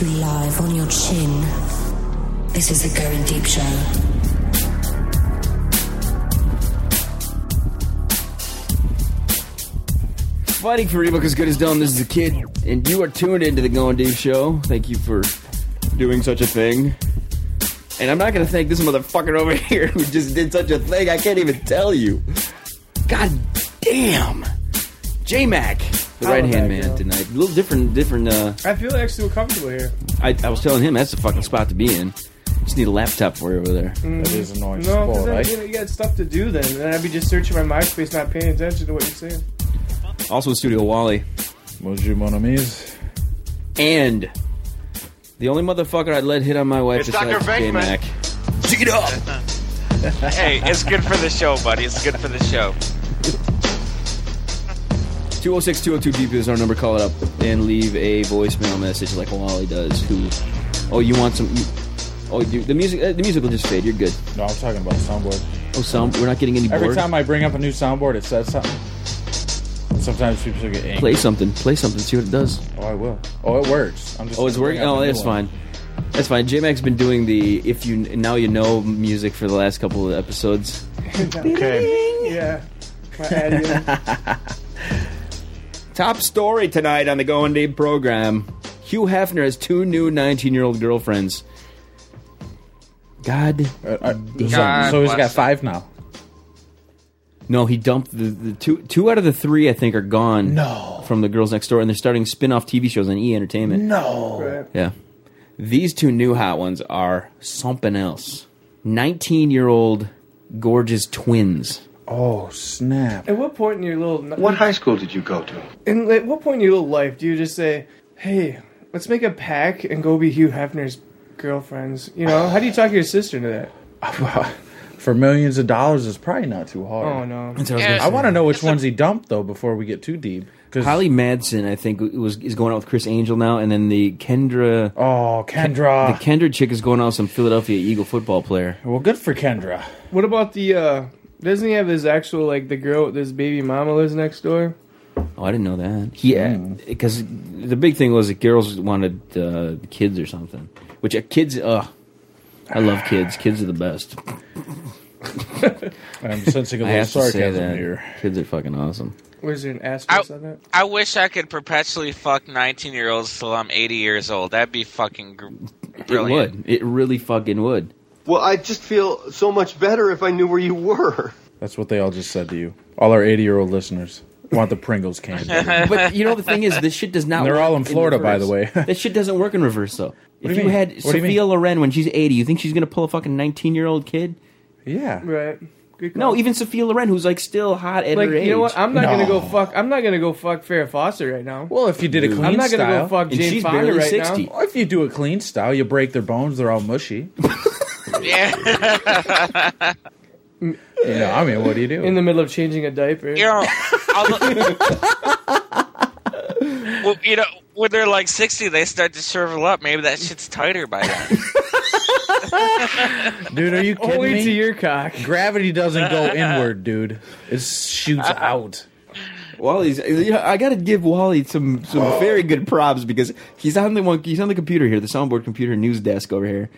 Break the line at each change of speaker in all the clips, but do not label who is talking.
you live on your chin. This is the Going Deep Show.
Fighting for ebook as good as done. This is the kid, and you are tuned into the Going Deep Show. Thank you for doing such a thing. And I'm not gonna thank this motherfucker over here who just did such a thing. I can't even tell you. God damn, J Mac, the
How
right hand
about
man
that go?
tonight. A little different, different. Uh,
I feel actually comfortable here.
I, I was telling him that's the fucking spot to be in. Just need a laptop for you over there.
That is annoying
No, because
sport,
then
right?
you, know, you got stuff to do then. And then I'd be just searching my MySpace, not paying attention to what you're saying.
Also in studio, Wally
Bonjour, mon amis.
and the only motherfucker I let hit on my wife
It's
besides
Dr. Venkman.
J Mac.
Hey, it's good for the show, buddy. It's good for the show.
206 202 Deep is our number. Call it up and leave a voicemail message like Wally does. Who? Oh, you want some? You, oh, you, the music. Uh, the music will just fade. You're good.
No, I'm talking about soundboard.
Oh, sound. We're not getting any
Every
bored.
time I bring up a new soundboard, it says something. Sometimes people get angry.
Play something. Play something. See what it does.
Oh, I will. Oh, it works. I'm just.
Oh, it's
gonna
working.
bring up
Oh,
a new
that's
one.
fine. That's fine. J Mac's been doing the if you now you know music for the last couple of episodes.
Okay.
Yeah. My ad
Top story tonight on the Going Deep program. Hugh Hefner has two new 19 year old girlfriends. God.
Uh, uh,
God
so, so he's
bless
got
it.
five now.
No, he dumped the, the two two out of the three I think are gone.
No.
From the girls next door and they're starting spin-off TV shows on E Entertainment.
No.
unit.
Yeah. These two new hot ones are something else. 19-year-old gorgeous twins.
Oh snap!
At what point in your little
What high school did you go to?
in, at what point in your little life do you just say, "Hey, let's make a pack and go be Hugh Hefner's girlfriends"? You know, how do you talk your sister into that?
For millions of dollars, it's probably not too hard.
Oh no,
That's what I was
Yeah.
gonna
I
say.
want to know which ones he dumped though before we get too deep. Because
Holly Madsen, I think, was is going out with Chris Angel now, and then the Kendra
oh Kendra.
the Kendra chick is going out with some Philadelphia Eagle football player.
well, good for Kendra.
What about the? uh Doesn't he have his actual like the girl? This baby mama lives next door.
Oh, I didn't know that. Yeah, because the big thing was that girls wanted uh, kids or something. Which uh, kids, uh, I love kids. Kids are the best.
I'm sensing a
I
little
have to say
sarcasm
that.
here.
Kids are fucking awesome.
Was there an asterisk
Ow.
on that?
I wish I could perpetually fuck 19 year olds till I'm 80 years old. That'd be fucking gr- brilliant.
It would. It really fucking would.
Well, I just feel so much better if I knew where you were.
That's what they all just said to you. All our 80 year old listeners want the Pringles can. baby.
But you know the thing is, this shit does not.
They're
work
all in Florida, by
reverse.
the way.
this shit doesn't work in reverse, though. If
do you
you,
mean?
had
What do you mean?
Sophia Loren when she's eighty, you think she's gonna pull a fucking nineteen-year-old kid?
yeah.
Right. Good
No,
call.
even Sophia Loren, who's like still hot at
like
her age.
you know what? I'm not gonna go
No.
fuck. I'm not gonna go fuck Farrah Fawcett right now.
Well, if you did a clean
I'm not gonna
style,
go fuck
And
Jane
she's
Fonda
barely
right
60.
now.
Well, if you do a clean style, you break their bones; they're all mushy.
Yeah.
You know, I mean, what do you do?
In the middle of changing a diaper.
you know, although- well, you know, when they're like 60, they start to shrivel up. Maybe that shit's tighter by then.
dude, are you kidding
Only
me?
to your cock.
Gravity doesn't go inward, dude. It shoots out.
Wally's. You know, I got to give Wally some some very good props because he's on the one. He's on the computer here, the soundboard computer news desk over here,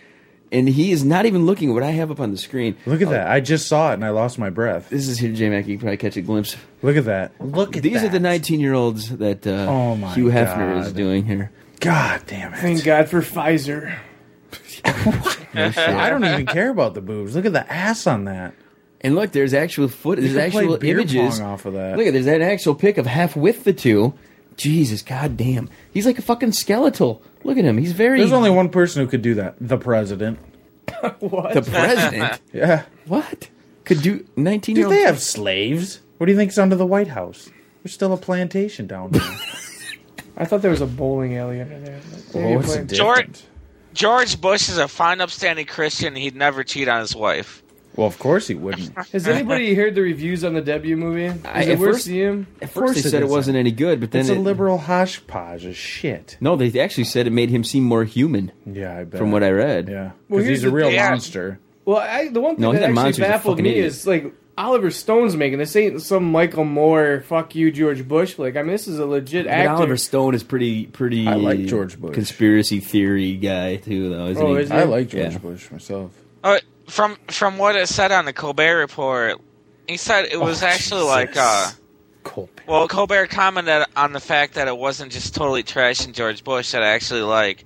and he is not even looking at what I have up on the screen.
Look at that! I just saw it and I lost my breath.
This is here, J Mac. You can probably catch a glimpse.
Look at that! Look at
These are the
that.
19 year olds that uh,
Oh my
Hugh Hefner is
God.
doing here.
God damn it!
Thank God for Pfizer.
Oh,
I don't even care about the boobs. Look at the ass on that.
And look, there's actual foot. There's
could
actual
play beer
images.
pong off of that.
Look at there's that actual pic of half with the two. Jesus, goddamn, he's like a fucking skeletal. Look at him. He's very
There's only one person who could do that: the president.
the president.
Yeah.
what could do 19 year
Dude,
old?
they have slaves. What do you think's under the White House? There's still a plantation down there.
I thought there was a bowling alley under there. Like,
Well, what's the
maybe
George-
difference?
George Bush is a fine, upstanding Christian. He'd never cheat on his wife.
Well, of course he wouldn't.
Has anybody heard the reviews on the debut movie? Is
I-
it
at
worth
first-
seeing?
At first, they
course it
said it
isn't.
wasn't any good, but then
It's a
it-
liberal hodgepodge of shit.
No, they actually said it made him seem more human,
Yeah, I bet.
from what I read.
yeah, because
Well, here's
he's a
the
real
thing.
monster.
Well, I, the one thing
No, he's
that
a
actually
monster, he's a
baffled
fucking
me
idiot.
is like Oliver Stone's making. This ain't some Michael Moore, fuck you, George Bush. Like, I mean, this is a legit
But
actor.
Oliver Stone is pretty, pretty.
I like George Bush.
Conspiracy theory guy too, though. Isn't
Oh,
he?
is he?
I like George
Yeah.
Bush myself.
Uh, from from what it said on the Colbert report, he said it was actually like uh
Colbert.
well Colbert commented on the fact that it wasn't just totally trash and George Bush that actually like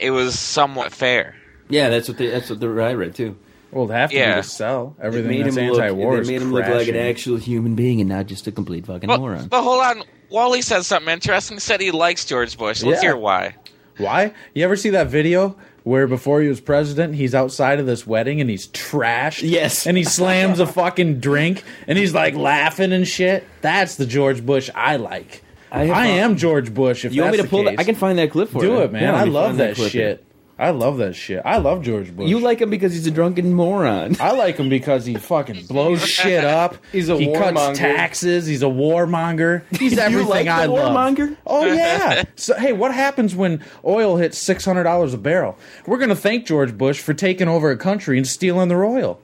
it was somewhat fair.
Yeah, that's what they, that's what the I read too.
Well, it'd have to
Yeah.
be to sell
It
everything
made
that's
him look.
anti-war.
It
is
made him look like an
crashing.
actual human being and not just a complete fucking
But,
moron.
but hold on, Wally said something interesting. He said he likes George Bush. Let's
Yeah.
hear why.
Why? You ever see that video where before he was president, he's outside of this wedding and he's trashed?
Yes.
And he slams a fucking drink and he's like laughing and shit. That's the George Bush I like.
I
I,
have- uh,
am George Bush. If
you want me
that's
to pull?
the
That? I can find that clip for you.
do it, man.
Yeah, let
I
me
love
find
that
clip.
shit. I love that shit. I love George Bush.
You like him because he's a drunken moron.
I like him because he fucking blows shit up.
He's a
he
warmonger.
cuts taxes. He's a warmonger. He's everything
like the
I love.
warmonger?
Oh yeah. so hey, what happens when oil hits six hundred dollars a barrel? We're gonna thank George Bush for taking over a country and stealing their oil.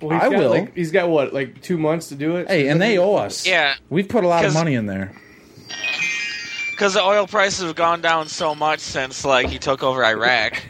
Well, he's
I
got,
will.
Like, he's got what, like two months to do it.
Hey, and they owe us.
Yeah.
we've put a lot of
'Cause-
money in there.
Because the oil prices have gone down so much since like he took over Iraq.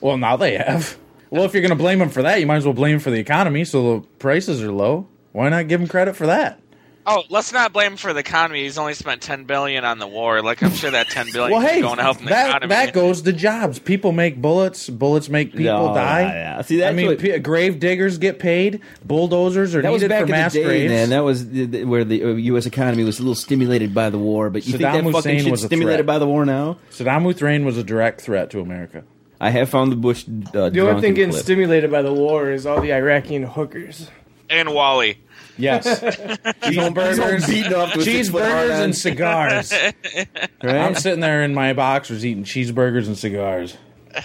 Well, now they have. Well, if you're gonna blame him for that, you might as well blame him for the economy. So the prices are low. Why not give him credit for that?
oh, let's not blame him for the economy. He's only spent ten billion on the war. Like I'm sure that ten billion
Well,
is
hey,
going to help the
that
economy.
that goes to jobs. People make bullets. Bullets make people
No,
die.
yeah, yeah. See, that's
I mean,
what-
pe- grave diggers get paid. Bulldozers are
That was
needed
back
for
in the
mass
day,
graves.
man. That was the, the, where the uh, U.S. economy was a little stimulated by the war. But you
Saddam
think that fucking
Hussein
shit's
was a
stimulated
threat.
by the war now?
Saddam Hussein was a direct threat to America.
I have found the Bush. Uh,
the only thing getting
clip.
stimulated by the war is all the Iraqi hookers.
and Wally.
Yes, cheeseburgers,
beaten up with six foot
cheeseburgers,
hard-ons,
and cigars. I'm
right?
sitting there in my boxers eating cheeseburgers and cigars.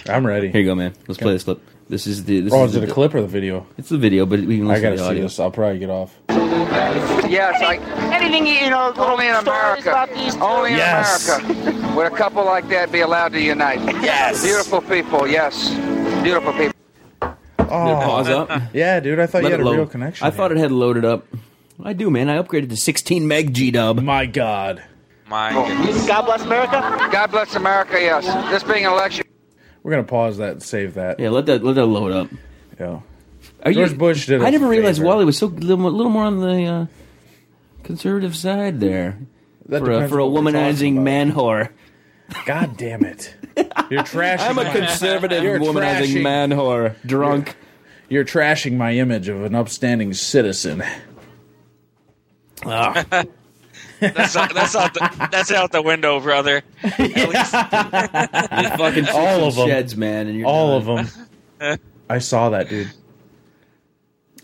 I'm ready.
Here you go, man. Let's play this clip. This is the. This
oh,
is
is
the,
it a clip or the video?
It's the video, but we can
I
listen to
gotta
the
see
audio.
this. I'll probably get off.
Yes, I,
Anything you you know,
only in
stories
America.
about these two.
Only in
Yes.
America would a couple like that be allowed to unite.
Yes.
Beautiful people, yes. Beautiful people.
Oh,
Pause up.
yeah, dude. I thought
Let
you had
it
a
load.
real connection.
I thought it had loaded up. I do, man. I upgraded to 16 meg G dub.
My God.
My
Oh.
goodness.
God bless America.
God bless America, yes. This being an election.
We're gonna pause that and save that.
Yeah, let that let that load up.
Yeah.
Are
George Bush did
I
us
never
a
realized
favor.
Wally was so little, little more on the uh, conservative side there
That
for a,
depends
for a
what we're talking
womanizing
about.
man whore.
God damn it. You're trashing
I'm a
my-
conservative
You're
womanizing
trashing-
man whore, drunk.
You're trashing my image of an upstanding citizen.
That's out, that's out the that's out the window, brother. At least
fucking
All of 'em.
sheds, man. And you're
All
done.
of them. I saw that, dude.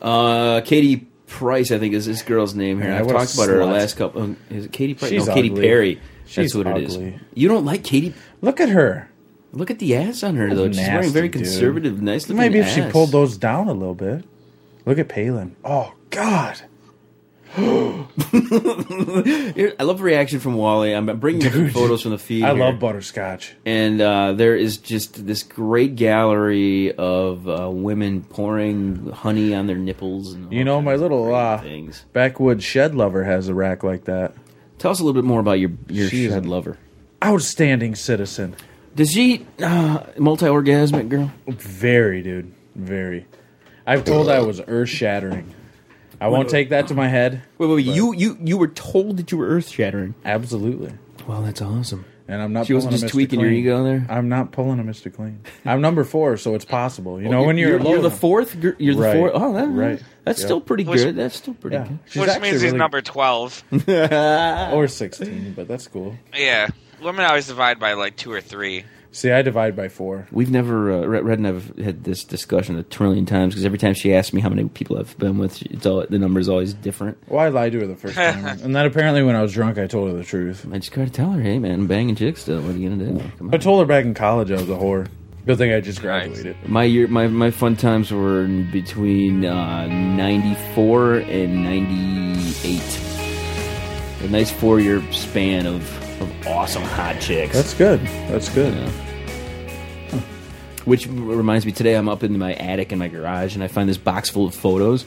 Uh, Katie Price, I think, is this girl's name here.
Yeah,
I've
what a
talked about her
slut.
last couple. Um, is it Katie Price?
She's
no, Katie
ugly.
Perry. That's
She's
what it is.
ugly.
You don't like Katie?
Look at her.
Look at the ass on her though. She's wearing
nasty,
very
dude.
conservative, nice looking.
Maybe if she
ass.
pulled those down a little bit. Look at Palin. Oh God.
Here- I love the reaction from Wally. I'm I'm bringing different
Dude.
photos from the feed.
I
here.
love butterscotch.
and uh, there is just this great gallery of uh, women pouring honey on their nipples. And all
You know,
kinds
my
of
little
great
uh,
things.
backwoods shed lover has a rack like that.
Tell us a little bit more about your your
She is
shed
a-
lover.
Outstanding citizen.
Does she uh, multi-orgasmic girl?
Very, dude. Very. I've told I was earth shattering. I won't take that to my head.
Wait, wait, wait. you you you were told that you were earth shattering.
Absolutely.
Wow, that's awesome.
And I'm not.
She wasn't
pulling
just
a Mr.
tweaking your
Clean.
ego there?
I'm not pulling a Mr. Clean. I'm number four, so it's possible. You know, when you're
you're,
alone,
the fourth, gir- you're
Right.
the fourth. Oh, that,
Right.
That's
Yep.
still pretty
Which-
good. That's still pretty
yeah,
good.
she's
which
actually
means he's
really-
number twelve.
or sixteen, but that's cool.
yeah, women always divide by like two or three.
See, I divide by four.
We've never, uh, Red Red and I've had this discussion a trillion times because every time she asks me how many people I've been with, it's all the number is always different.
Well, I lied to her the first time, and then apparently when I was drunk, I told her the truth.
I just gotta tell her, hey man, I'm banging chicks still. What are you gonna do? Come
I
on.
told her back in college I was a whore. Good thing I just graduated.
My year, my my fun times were in between uh, '94 and '98. A nice four-year span of, of awesome hot chicks.
That's good. That's good.
Which reminds me, today I'm up in my attic in my garage, and I find this box full of photos.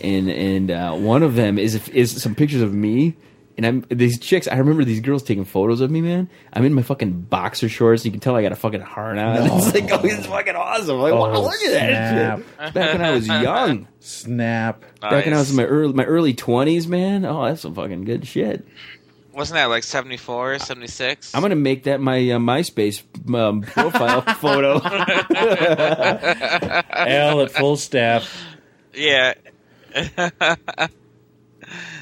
and and uh, one of them is is some pictures of me. And I'm these chicks. I remember these girls taking photos of me, man. I'm in my fucking boxer shorts. You can tell I got a fucking heart on. It's like, oh, this is fucking awesome. Like, wow,
Oh,
look at that shit. Back when I was young,
Snap.
back when I was in
Nice.
my early my early twenties, man. Oh, that's some fucking good shit.
Wasn't that like 74, 76?
I'm gonna make that my uh, MySpace um, profile photo.
L at full staff.
yeah.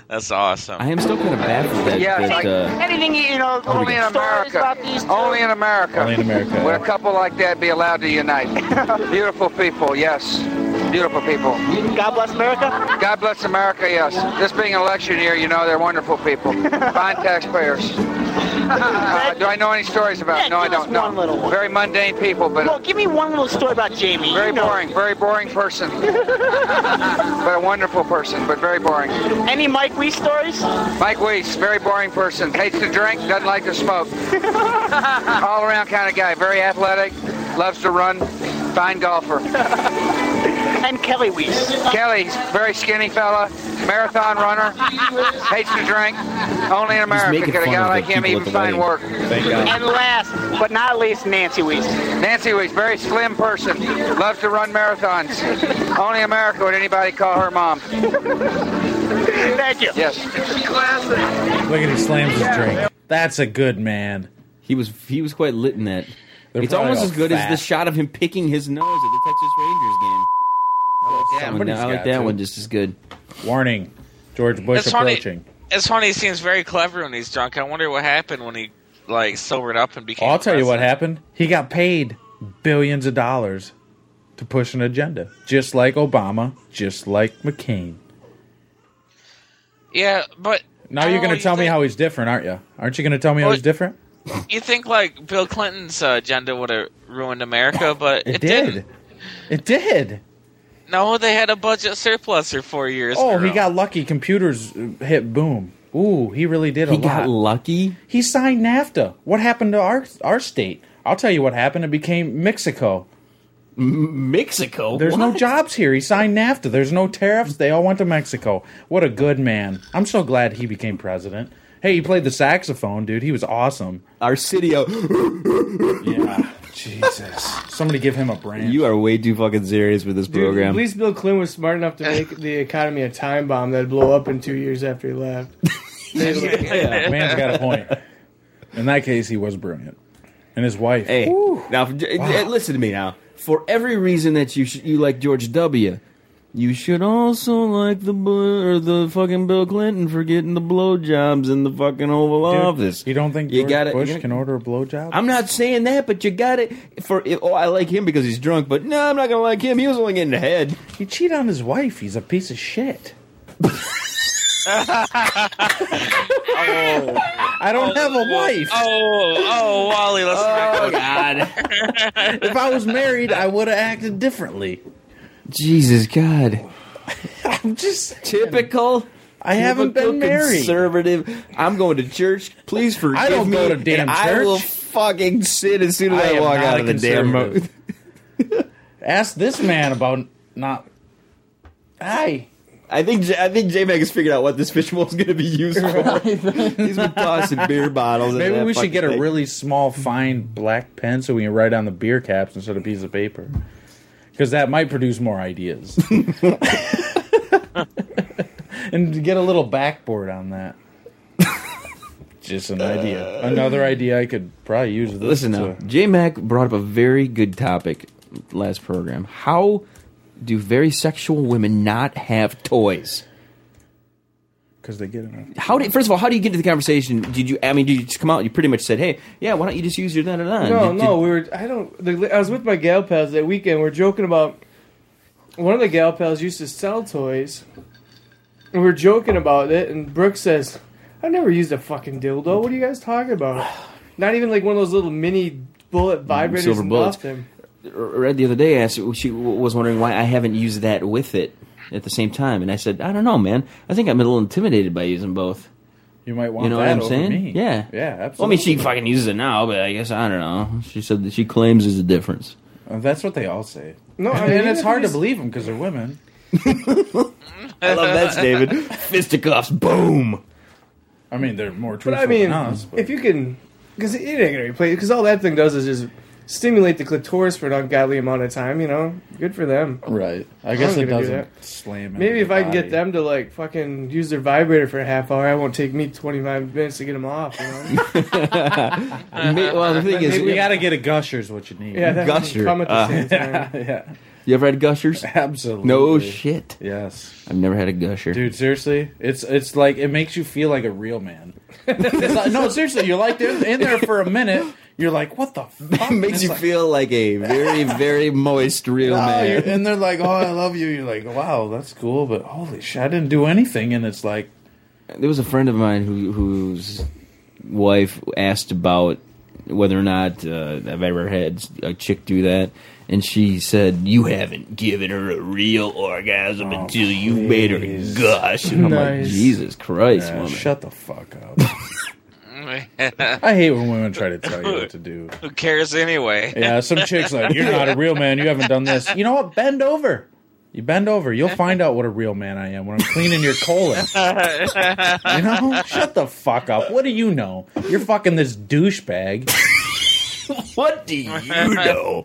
That's awesome.
I am still kind of baffled that.
Yeah, it's
that
like-
uh,
Anything you know,
Only in America. Only in America.
Only in America.
Would a couple like that be allowed to unite? Beautiful people, yes. Beautiful people.
God bless America.
God bless America, yes. This being an election year, you know they're wonderful people. Fine taxpayers. Uh, do I know any stories about?
Yeah,
no, I
give us
don't. know.
one little one.
Very mundane people, but
Well, give me one little story about Jamie.
very
You know,
boring. Very boring person. but a wonderful person, but very boring.
Any Mike Wee stories?
Mike Weiss, very boring person. Hates to drink, doesn't like to smoke. All around kind of guy. Very athletic, loves to run. Fine golfer.
And Kelly Weiss.
Kelly, very skinny fella, marathon runner, hates to drink. Only in America
making
could a
fun
guy
of
like
the
him
people
even
at the
find work.
Thank God.
And last, but not least, Nancy Weiss.
Nancy was very slim person, loves to run marathons. Only in America would anybody call her mom.
Thank you.
Yes.
Look at he slams his drink. That's a good man.
he was he was quite lit in that.
They're
it's
probably
almost
all
as good
fat.
as the shot of him picking his nose at the Texas Rangers game. I like that, one.
Somebody's
I like
got
that
to.
one just as good.
Warning. George Bush
It's funny-
approaching.
It's funny. He seems very clever when he's drunk. I wonder what happened when he like sobered up and became.
I'll tell you what
president.
happened. He got paid billions of dollars to push an agenda, just like Obama, just like McCain.
Yeah, but
Now you're going to tell me how he's different, aren't you? Aren't you going to tell me how
Oh, Well,
he's different?
you think like Bill Clinton's uh, agenda would have ruined America, but it,
It, did.
not
It did.
No, they had a budget surplus for four years.
Oh, he
girl.
got lucky. Computers uh, hit boom. Ooh, he really did a
He got
lot.
lucky.
he signed NAFTA. What happened to our our state? I'll tell you what happened. It became Mexico.
Mexico.
There's no
What?
jobs here. He signed NAFTA. There's no tariffs. They all went to Mexico. What a good man. I'm so glad he became president. Hey, he played the saxophone, dude. He was awesome.
Arcidio,
Yeah. Jesus. Somebody give him a brand.
you are way too fucking serious with this
Dude,
program.
At least Bill Clinton was smart enough to make the economy a time bomb that'd blow up in two years after he left.
Man's got a point. In that case, he was brilliant. And his wife.
Hey, now j- j- listen to me now. For every reason that you sh- you like George W, you should also like the bu- or the fucking Bill Clinton for getting the blowjobs in the fucking Oval
Dude,
Office.
You don't think
You
George
gotta-
Bush
you gotta-
can order a blowjob?
I'm not saying that, but you got it for. Oh, I like him because he's drunk, but no, I'm not gonna like him. He was only getting ahead.
He cheated on his wife. He's a piece of shit. I don't have a wife.
Oh, oh, Wally, let's not go.
God,
If I was married, I would have acted differently.
Jesus God,
I'm just.
typical.
I haven't
typical
been married.
Conservative. I'm going to church. Please forgive me.
I don't go to damn
and I will
church.
fucking sit as soon as
I
I,
am
walk
not
out
a
of the damn
conservative.
room.
Ask this man about not. Hi.
I think J- I think J Mag has figured out what this fish bowl is going to be used for. He's been tossing beer bottles. into
Maybe
that
we should
fucking
get a
thing.
really small, fine black pen so we can write on the beer caps instead of piece of paper. Because that might produce more ideas. and get a little backboard on that. Just an idea. Another idea I could probably use. This
Listen
to-
now, J Mac brought up a very good topic last program. How do very sexual women not have toys?
because they get enough.
How do first of all, how do you get to the conversation? Did you? I mean, did you just come out? and You pretty much said, "Hey, yeah, why don't you just use your da da da?"
No,
Did-
no, we were. I don't. The, I was with my gal pals that weekend. We are joking about. One of the gal pals used to sell toys, and we were joking about it. And Brooke says, "I've never used a fucking dildo. What are you guys talking about? Not even like one of those little mini bullet vibrators.
silver
and
bullets.
nothing."
did- read the other day. Asked she w- was wondering why I haven't used that with it at the same time, and I said, "I don't know, man. I think I'm a little intimidated by using both."
You might want
You know
that
what I'm
over
saying?
me.
Yeah.
Yeah, absolutely.
Well, I mean, she fucking uses it now, but I guess I don't know. She said that she claims there's a difference.
Uh, That's what they all say.
No, I
and
mean,
it's
if
hard
you
to
s-
believe them because they're women.
I love that, David. Fisticuffs, boom.
I mean, they're more
But
truthful
I mean,
than us. But
if you can, because it ain't gonna replace. Because all that thing does is just stimulate the clitoris for an ungodly amount of time. You know, good for them.
right, I guess
I'm
it
gonna do
doesn't slam.
Maybe
into
if
the
I can
body.
get them to like fucking use their vibrator for a half hour, it won't take me 25 minutes to get them off. You know?
Ma- Well, the thing is,
we gotta get a gusher's what you need.
yeah, that
Gusher.
come at the
Uh,
same time.
yeah,
you ever had gushers?
absolutely.
No shit.
Yes.
I've never had a gusher.
Dude, seriously, it's it's like it makes you feel like a real man. It's like- no, seriously, you're like in in there for a minute. You're like, what the fuck?
it makes
It's
you
like,
feel like a very, very moist real
oh, you're-
man.
and they're like, oh, I love you. You're like, wow, that's cool, but holy shit, I didn't do anything. And it's like,
There was a friend of mine who, whose wife asked about whether or not uh, I've ever had a chick do that, and she said, "You haven't given her a real orgasm until you made her
Oh, please.
gush." And I'm like,
Nice.
"Jesus Christ,
yeah,
woman!"
shut the fuck up. I hate when women try to tell you what to do.
Who cares anyway?
Yeah, some chicks like, you're not a real man. You haven't done this. You know what? Bend over. You bend over. You'll find out what a real man I am when I'm cleaning your colon. You know? Shut the fuck up. What do you know? You're fucking this douchebag.
What do you know?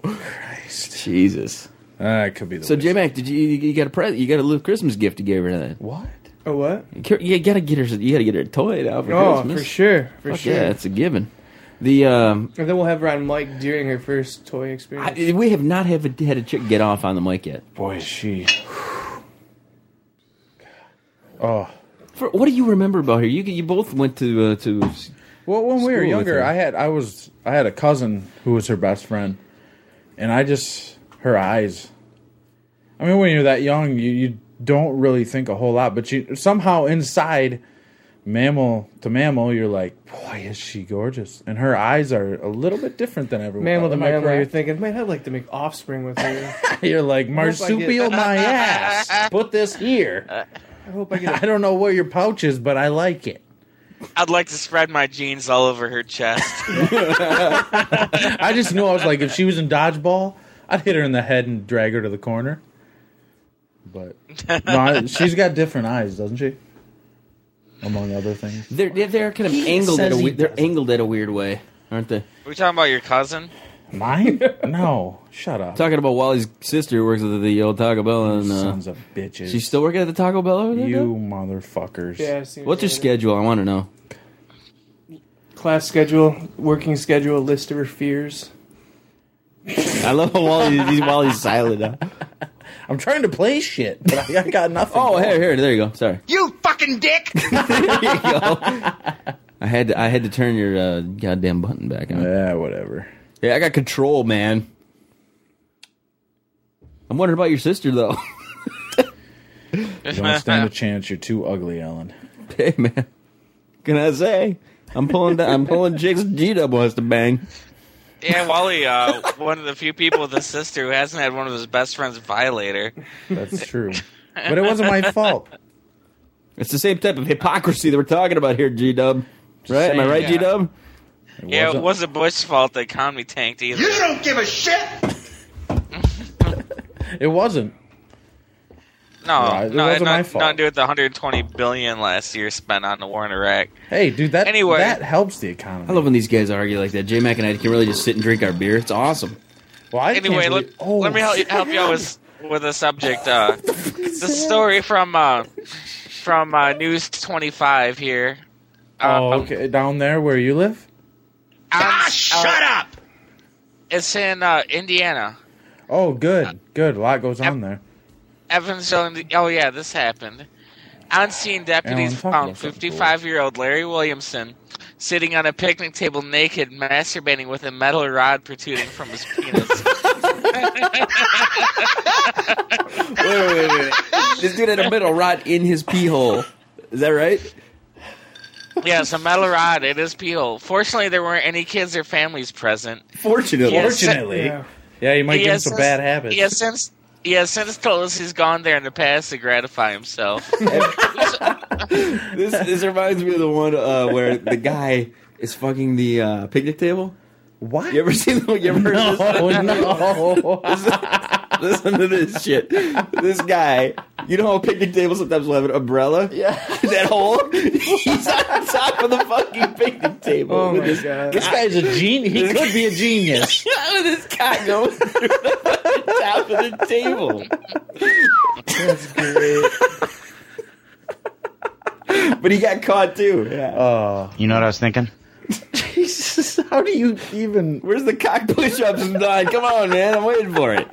Jesus.
Uh, it could be the
So
way-
J Mac, did you you got a present? You got a little Christmas gift you gave her then.
What?
Oh what?
You gotta get her. You gotta get her a toy now for
Oh,
Christmas.
for sure, for
Fuck
sure.
Yeah, it's a given. The um,
And then we'll have her on Mike during her first toy experience.
I, we have not have had a chick get off on the mic yet.
Boy, is she. Oh.
For, what do you remember about her? You you both went to uh, to
Well, when we
School
were
with
younger,
her.
I had I was I had a cousin who was her best friend, and I just her eyes. I mean, when you're that young, you, you don't really think a whole lot, but you somehow inside, mammal to mammal, you're like, boy, is she gorgeous, and her eyes are a little bit different than everyone.
mammal
Oh,
to
Am I
mammal, you're
correct?
thinking, man, I'd like to make offspring with her.
You're like
hope I get-
marsupial my ass. Put this here.
I hope I
I
get. A,
don't know where your pouch is, but I like it.
I'd like to spread my jeans all over her chest.
I just knew I was like, if she was in dodgeball, I'd hit her in the head and drag her to the corner. But no, I- she's got different eyes, doesn't she? Among other things.
they're they're- they're kind of angled at a
says
we-
he
they're
doesn't.
angled at a weird way, aren't they?
we talking about your cousin?
Mine? No. Shut up.
Talking about Wally's sister who works at the old Taco Bell, and
Sons
uh,
of bitches.
she's still working at the Taco Bell over there.
you
though?
motherfuckers.
yeah, it seems
What's her
like it.
schedule? I want to know.
Class schedule, working schedule, list of her fears.
I love how Wally he's, Wally's silent. Now.
I'm trying to play shit, but I, I got nothing.
Oh,
going.
here, here, there you go. Sorry.
You fucking dick!
There you go. I had to, I had to turn your uh, goddamn button back on.
Yeah, whatever.
Yeah, I got control, man. I'm wondering about your sister though.
You don't stand a chance. You're too ugly, Ellen.
hey, man. Can I say? I'm pulling down, I'm pulling chicks G Dub wants to bang.
Yeah, Wally, uh, one of the few people with a sister who hasn't had one of his best friends violate her.
That's true. But it wasn't my fault.
It's the same type of hypocrisy that we're talking about here, G Dub. Right? Am I
saying,
right,
yeah.
G Dub?
It
Yeah, it
wasn't-
wasn't Bush's fault the economy tanked either.
You don't give a shit!
It wasn't.
No,
Right, it
no,
wasn't
not,
my fault.
not do with the 120 billion last year spent on the war in Iraq.
Hey, dude, that
Anyway.
that helps the economy.
I love when these guys argue like that. J Mac and I can really just sit and drink our beer. It's awesome.
Well, I
Anyway,
can't
let,
believe- oh,
let me help you,
shit.
help you out with with a subject. Uh, the story from uh, from uh, News 25 here.
Oh,
Um,
okay. Down there where you live?
Ah,
Shut up!
It's in uh, Indiana.
Oh, good, good. A lot goes on there.
Evansville. Indi- Oh yeah, this happened. On scene,
Alan,
deputies
talk about
found
something
55-year-old Larry Williamson sitting on a picnic table naked, masturbating with a metal rod protruding from his penis.
Wait, wait, wait, wait. This dude had a metal rod in his pee hole. Is that right?
Yes, a metal rod. It is peel. Fortunately, there weren't any kids or families present.
Fortunately.
Yes.
Fortunately,
Yeah.
yeah. you might
He
get
has
some
since-
bad habits.
He has since, he has since told us he's gone there in the past to gratify himself.
this this reminds me of the one uh, where the guy is fucking the uh, picnic table.
What? Oh,
You ever seen? You ever heard
no,
this?
no.
Listen to this shit. This guy, you know how picnic tables sometimes will have an umbrella? Yeah. that hole? He's on top of the fucking picnic table.
Oh
with
my
this,
God.
This
guy's a genius. He could be a genius.
guy, this guy goes through the fucking top of the table.
That's great.
But he got caught too. Yeah.
You know what I was thinking?
Jesus, how do you
Even
Where's the cock push-ups done? Come on, man. I'm waiting for it.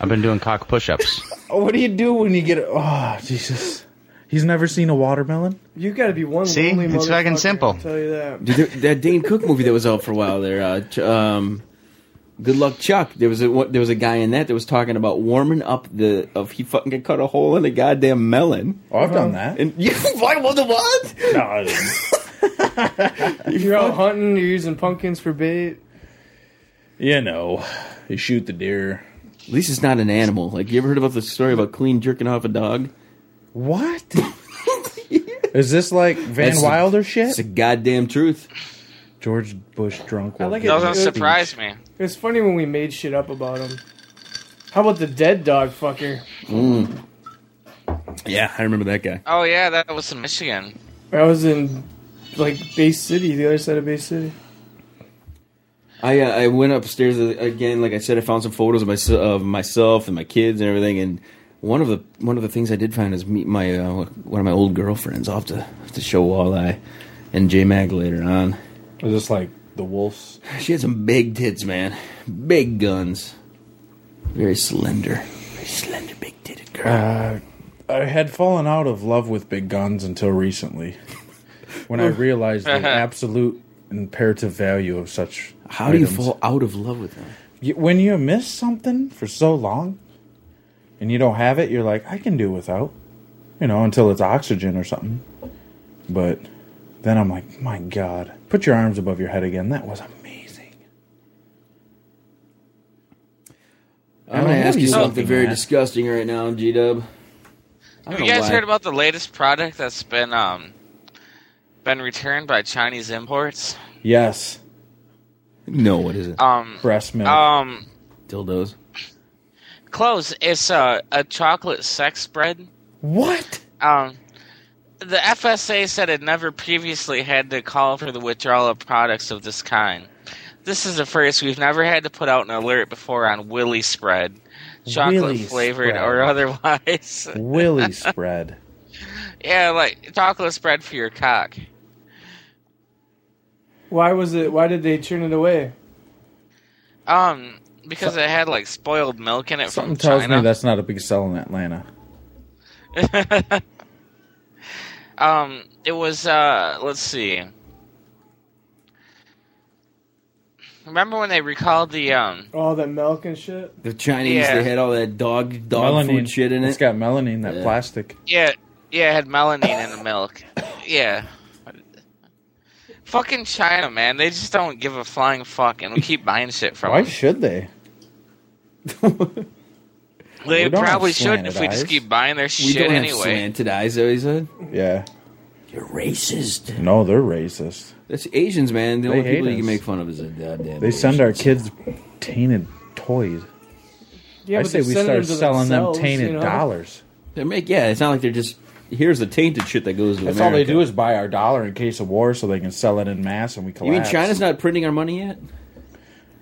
I've been doing cock push-ups.
Oh, what do you do when you get? Oh Jesus! He's never seen a watermelon.
You got to be one.
See?
lonely
It's fucking
motherfucker,
simple.
I'll tell you that.
Dude, there- that Dane Cook movie that was out for a while there. Uh, Ch- um, Good Luck Chuck. There was a one- there was a guy in that that was talking about warming up the of he fucking could cut a hole in a goddamn melon.
Oh, I've done that.
And you what what the what?
no, I didn't.
You're out hunting. You're using pumpkins for bait.
you know, you shoot the deer.
At least it's not an animal. Like you ever heard about the story about clean jerking off a dog?
What? Is this like Van
That's the-
Wilder
It's
shit?
the goddamn truth.
George Bush drunk.
I like
woman.
it.
Doesn't surprise me.
It's funny when we made shit up about him. How about the dead dog fucker?
Yeah, I remember that guy.
Oh yeah, that was in Michigan.
I was in like Bay City, the other side of Bay City.
I uh, I went upstairs again. Like I said, I found some photos of, myse- of myself and my kids and everything. And one of the one of the things I did find is meet my uh, one of my old girlfriends. I'll have to have to show Walleye and J Mag later on.
Is this like the wolves?
She had some big tits, man, big guns, very slender, very slender, big titted girl.
Uh, I had fallen out of love with big guns until recently, when I realized the absolute imperative value of such.
How do you
items.
fall out of love with them?
You- When you miss something for so long, and you don't have it, you're like, I can do without, you know, until it's oxygen or something. But then I'm like, my God, put your arms above your head again. That was amazing.
I'm gonna
Oh,
ask you
you're
something
looking
very
at-
disgusting right now, G Dub.
Have you guys heard about the latest product that's been um been returned by Chinese imports?
Yes,
No, what is it?
Um
breast milk.
um
Dildos.
clothes. It's a a chocolate sex spread.
what?
Um the FSA said it never previously had to call for the withdrawal of products of this kind. This is the first we've never had to put out an alert before on Willy Spread. Chocolate
Willy
flavored
Spread.
or otherwise.
Willy spread.
yeah, like chocolate spread for your cock.
Why was it? Why did they turn it away?
Um, because it had like spoiled milk in it
Something
from China.
tells me that's not a big sell in Atlanta.
Um, it was uh, let's see. Remember when they recalled the um?
All that milk and shit.
The Chinese,
Yeah.
they had all that dog dog food shit in
It's
it.
got melanin, that
Yeah.
plastic.
Yeah, yeah, it had melanin in the milk. Yeah. Fucking China, man. They just don't give a flying fuck, and we keep buying shit from
Why
them.
should they?
They
we don't have
probably should
slanted
if we just
eyes.
keep buying their
we
shit
don't have
anyway.
slanted eyes, though, he said.
Yeah.
You're racist.
No, they're racist.
That's Asians, man. The
They
only people
hate
you can
us.
make fun of is the goddamn.
They send our
Asians.
kids tainted toys.
Yeah,
I
but
say
they
we
send
start
to
selling them
themselves,
tainted
you know?
dollars.
They make yeah. It's not like they're just here's the tainted shit that goes to
That's all
America.
they do is buy our dollar in case of war so they can sell it in mass and we
You
collapse.
mean China's not printing our money yet?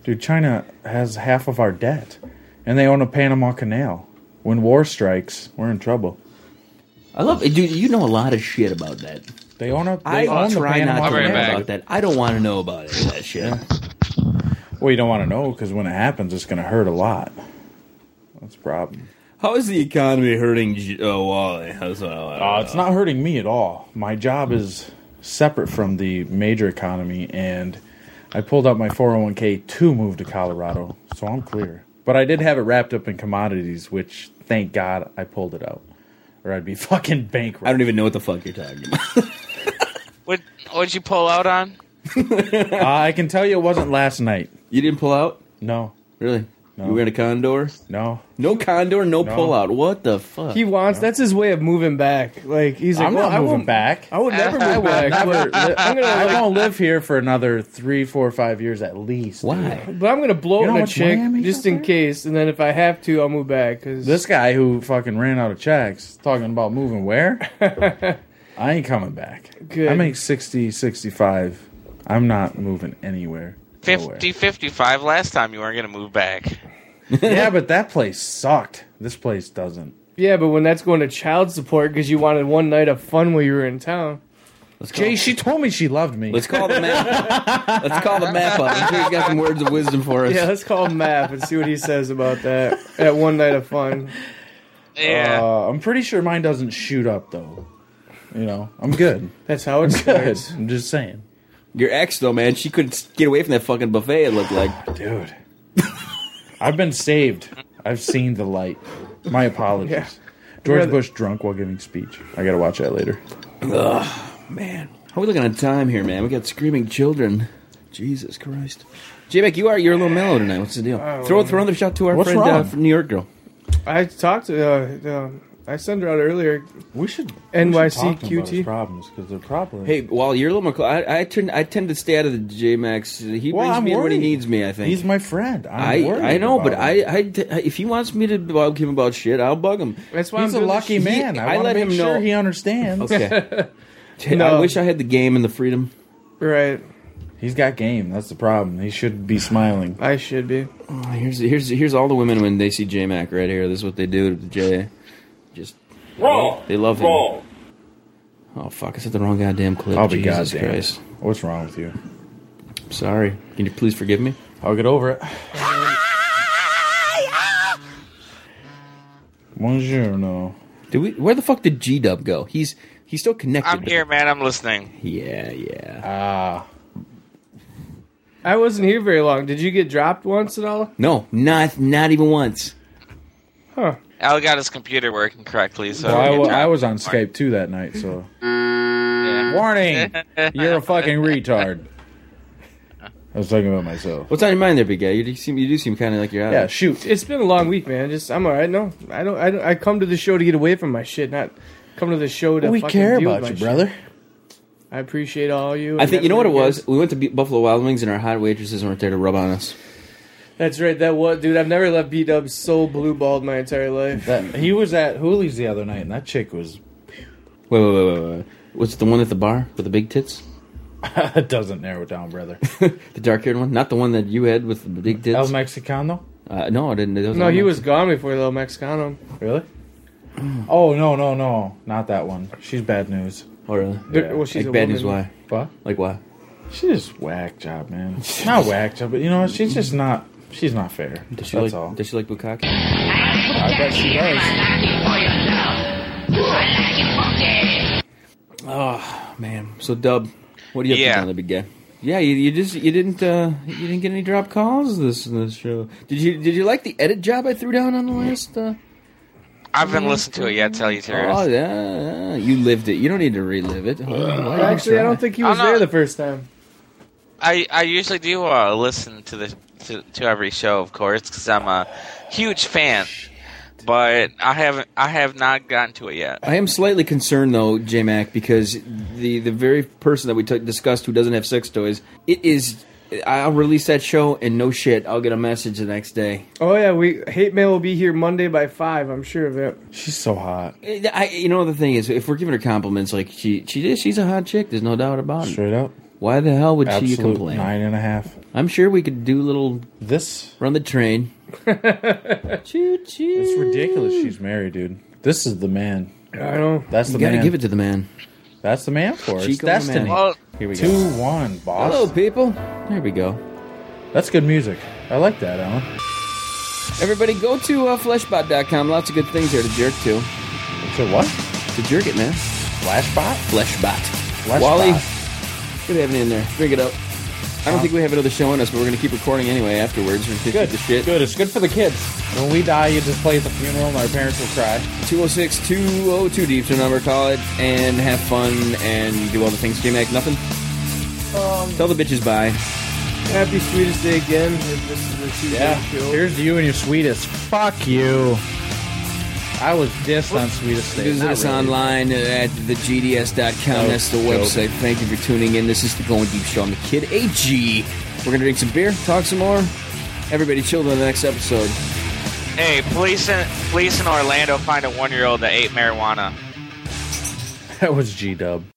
Dude, China has half of our debt. And they own a Panama Canal. When war strikes, we're in trouble.
I love, dude. You know a lot of shit about that.
They own a they
I
own the
try not
Panama
to
I'll
know
be right
Canal.
back.
about that. I don't want to know about any of that shit.
Well, you don't want to know because when it happens, it's going to hurt a lot. That's a problem.
How is the economy hurting? G- oh, Wally. That's what I wanna
Uh, it's not hurting me at all. My job is separate from the major economy, and I pulled out my 401k to move to Colorado, so I'm clear. But I did have it wrapped up in commodities, which thank God I pulled it out, or I'd be fucking bankrupt.
I don't even know what the fuck you're talking about.
What what'd you pull out on?
Uh, I can tell you it wasn't last night.
You didn't pull out,
No,
really? You were in a condor?
No.
No condor, no,
No.
pullout. What the fuck?
He wants. That's his way of moving back. Like he's like,
I'm
well,
not
I
moving
won't-
back.
I would never
I
move
would
back.
Never
but
li-
I'm gonna
I
like,
won't live here for another three, four, five years at least.
Why?
but I'm gonna blow
You know
on a
what's
chick
Miami
just
out
in
there?
case, and then if I have to, I'll move back. Cause
This guy who fucking ran out of checks talking about moving where? I ain't coming back.
Good.
I make 60, 65. I'm not moving anywhere. Nowhere.
50 55 last time you weren't going to move back.
yeah, but that place sucked. This place doesn't.
yeah, but when that's going to child support because you wanted one night of fun while you were in town.
Let's call,
Jay, she told me she loved me.
let's call the map. let's call the map up. I'm sure he's got some words of wisdom for us.
Yeah, let's call Map and see what he says about that. At one night of fun.
Yeah.
Uh, I'm pretty sure mine doesn't shoot up though. You know, I'm good.
That's how it
Good.
starts.
I'm just saying,
Your ex, though, man, she couldn't get away from that fucking buffet. It looked like.
dude. I've been saved. I've seen the light. My apologies.
Yeah.
George
Rather-
Bush drunk while giving speech. I gotta watch that later.
Man, how are we looking at time here, man? We got screaming children. Jesus Christ. J Mac, you are you're a little mellow tonight. What's the deal? Throw throw another shot to our
What's
friend uh,
wrong?
from New York girl.
I talked to. Uh, um, I sent her out earlier.
We should
NYC QT.
problems because they're probably.
Hey, while you're a little more, cl- I I, turn, I tend to stay out of the J Max. He
well,
brings
I'm
me
worried.
when he needs me. I think
he's my friend. I'm
I,
worried
I know, but
about
I,
him.
I if he wants me to bug him about shit, I'll bug him.
That's why
he's a
I'm doing this
lucky
shit.
man.
I
I, want
let
to make
him
sure
know-
he understands.
Okay. I
No.
wish I had the game and the freedom.
Right.
He's got game. That's the problem. He should be smiling.
I should be.
Oh, here's here's here's all the women when they see J Mac right here. This is what they do to J. Just wrong. They love him. Oh fuck! I said the wrong goddamn clip.
I'll be
Jesus
goddamn.
Christ.
What's wrong with you?
Sorry. Can you please forgive me?
I'll get over it. Buongiorno.
Did we? Where the fuck did G Dub go? He's he's still connected.
I'm here, man. I'm listening.
Yeah, yeah.
Ah,
I wasn't here very long. Did you get dropped once at all?
No, not not even once.
Huh.
Al got his computer working correctly, so
well, I,
we
wa-
can
I
talk.
was on Skype too that night, so.
Yeah.
Warning! You're a fucking retard. I was talking about myself.
What's on your mind there, big guy? You do seem you do seem kind of like you're out.
Yeah,
of it.
shoot.
It's been a long week, man. Just I'm all right. No, I don't. I, don't, I come to the show to get away from my shit, not come to the show to.
We
fucking
care
deal
about
with
you,
my
brother.
shit. I appreciate all you.
I
and
think you know what it
everything
was. We went to Bu- Buffalo Wild Wings, and our hot waitresses weren't there to rub on us.
guys- That's right. That was, dude. I've never left B Dub so blue balled my entire life.
That, he was at Hooley's the other night, and that chick was.
Wait, wait, wait, wait, wait. What's the one at the bar with the big tits?
That doesn't narrow it down, brother.
The dark haired one, not the one that you had with the big
El
tits.
Mexicano?
Uh, no, I didn't. It
No,
on
he
my-
was gone before Little Mexicano.
Really? Oh, no, no, no. Not that one. She's bad news.
Oh, really?
There- Well, she's
like
a
bad
woman.
news. Why?
What?
Like why?
She's just whack job, man. not whack job, but you know, she's just not. She's not fair.
Does she like?
That's all.
Does she like bukkake?
I bet she does.
Man, so Dub, what do you have
Yeah.
to do on the big guy? Yeah, you, you just you didn't uh, you didn't get any drop calls this this show. Did you did you like the edit job I threw down on the last? Uh,
I've been listening to it yet, tell you the truth.
oh yeah, yeah, you lived it. You don't need to relive it. Oh, why
Actually, I don't think he was
I'm not-
there the first time.
I, I usually do uh, listen to the to, to every show, of course, because I'm a huge fan. But I haven't I have not gotten to it yet.
I am slightly concerned though, J Mac, because the the very person that we took discussed who doesn't have sex toys, it is. I'll release that show and no shit, I'll get a message the next day.
Oh yeah, we hate mail will be here Monday by five. I'm sure of it.
She's so hot.
I, I- you know the thing is, if we're giving her compliments, like she she is, she's a hot chick. There's no doubt about it.
Straight up.
Why the hell would she
Absolute
complain?
nine and a half.
I'm sure we could do a little
This
run the train. choo choo.
it's ridiculous. She's married, dude. This is the man.
I don't.
That's the
You gotta
man.
give it to the man.
That's the man for us.
Chico the man.
Destiny.
Well,
Here we
Two one, boss.
Hello, people. There we go.
That's good music. I like that, Alan.
Everybody, go to uh, fleshbot.com. Lots of good things there to jerk to.
So what?
To jerk it, man.
Flashbot?
Fleshbot.
Fleshbot.
Wally, good having you in there. Drink it up. I don't think we have another show on us, but we're gonna keep recording anyway afterwards. We're gonna keep
Good.
the shit.
Good. It's good for the kids. When we die, you just play at the funeral, and our parents will cry.
206 202 deep to number, call it, and have
Um,
fun and do all the things. J Mac, nothing? Tell the bitches bye.
Happy Sweetest Day again. This is the Tuesday
Yeah.
show.
Here's to you and your sweetest. Fuck you. I was dissed on sweetest day.
Visit
Not
us
really.
online at thegds.com.
Oh,
That's the
joke.
website. Thank you for tuning in. This is the Going Deep Show. I'm the Kid AG. We're going to drink some beer, talk some more. Everybody chill till the next episode.
Hey, police in police in Orlando find a one year old that ate marijuana.
That was G Dub.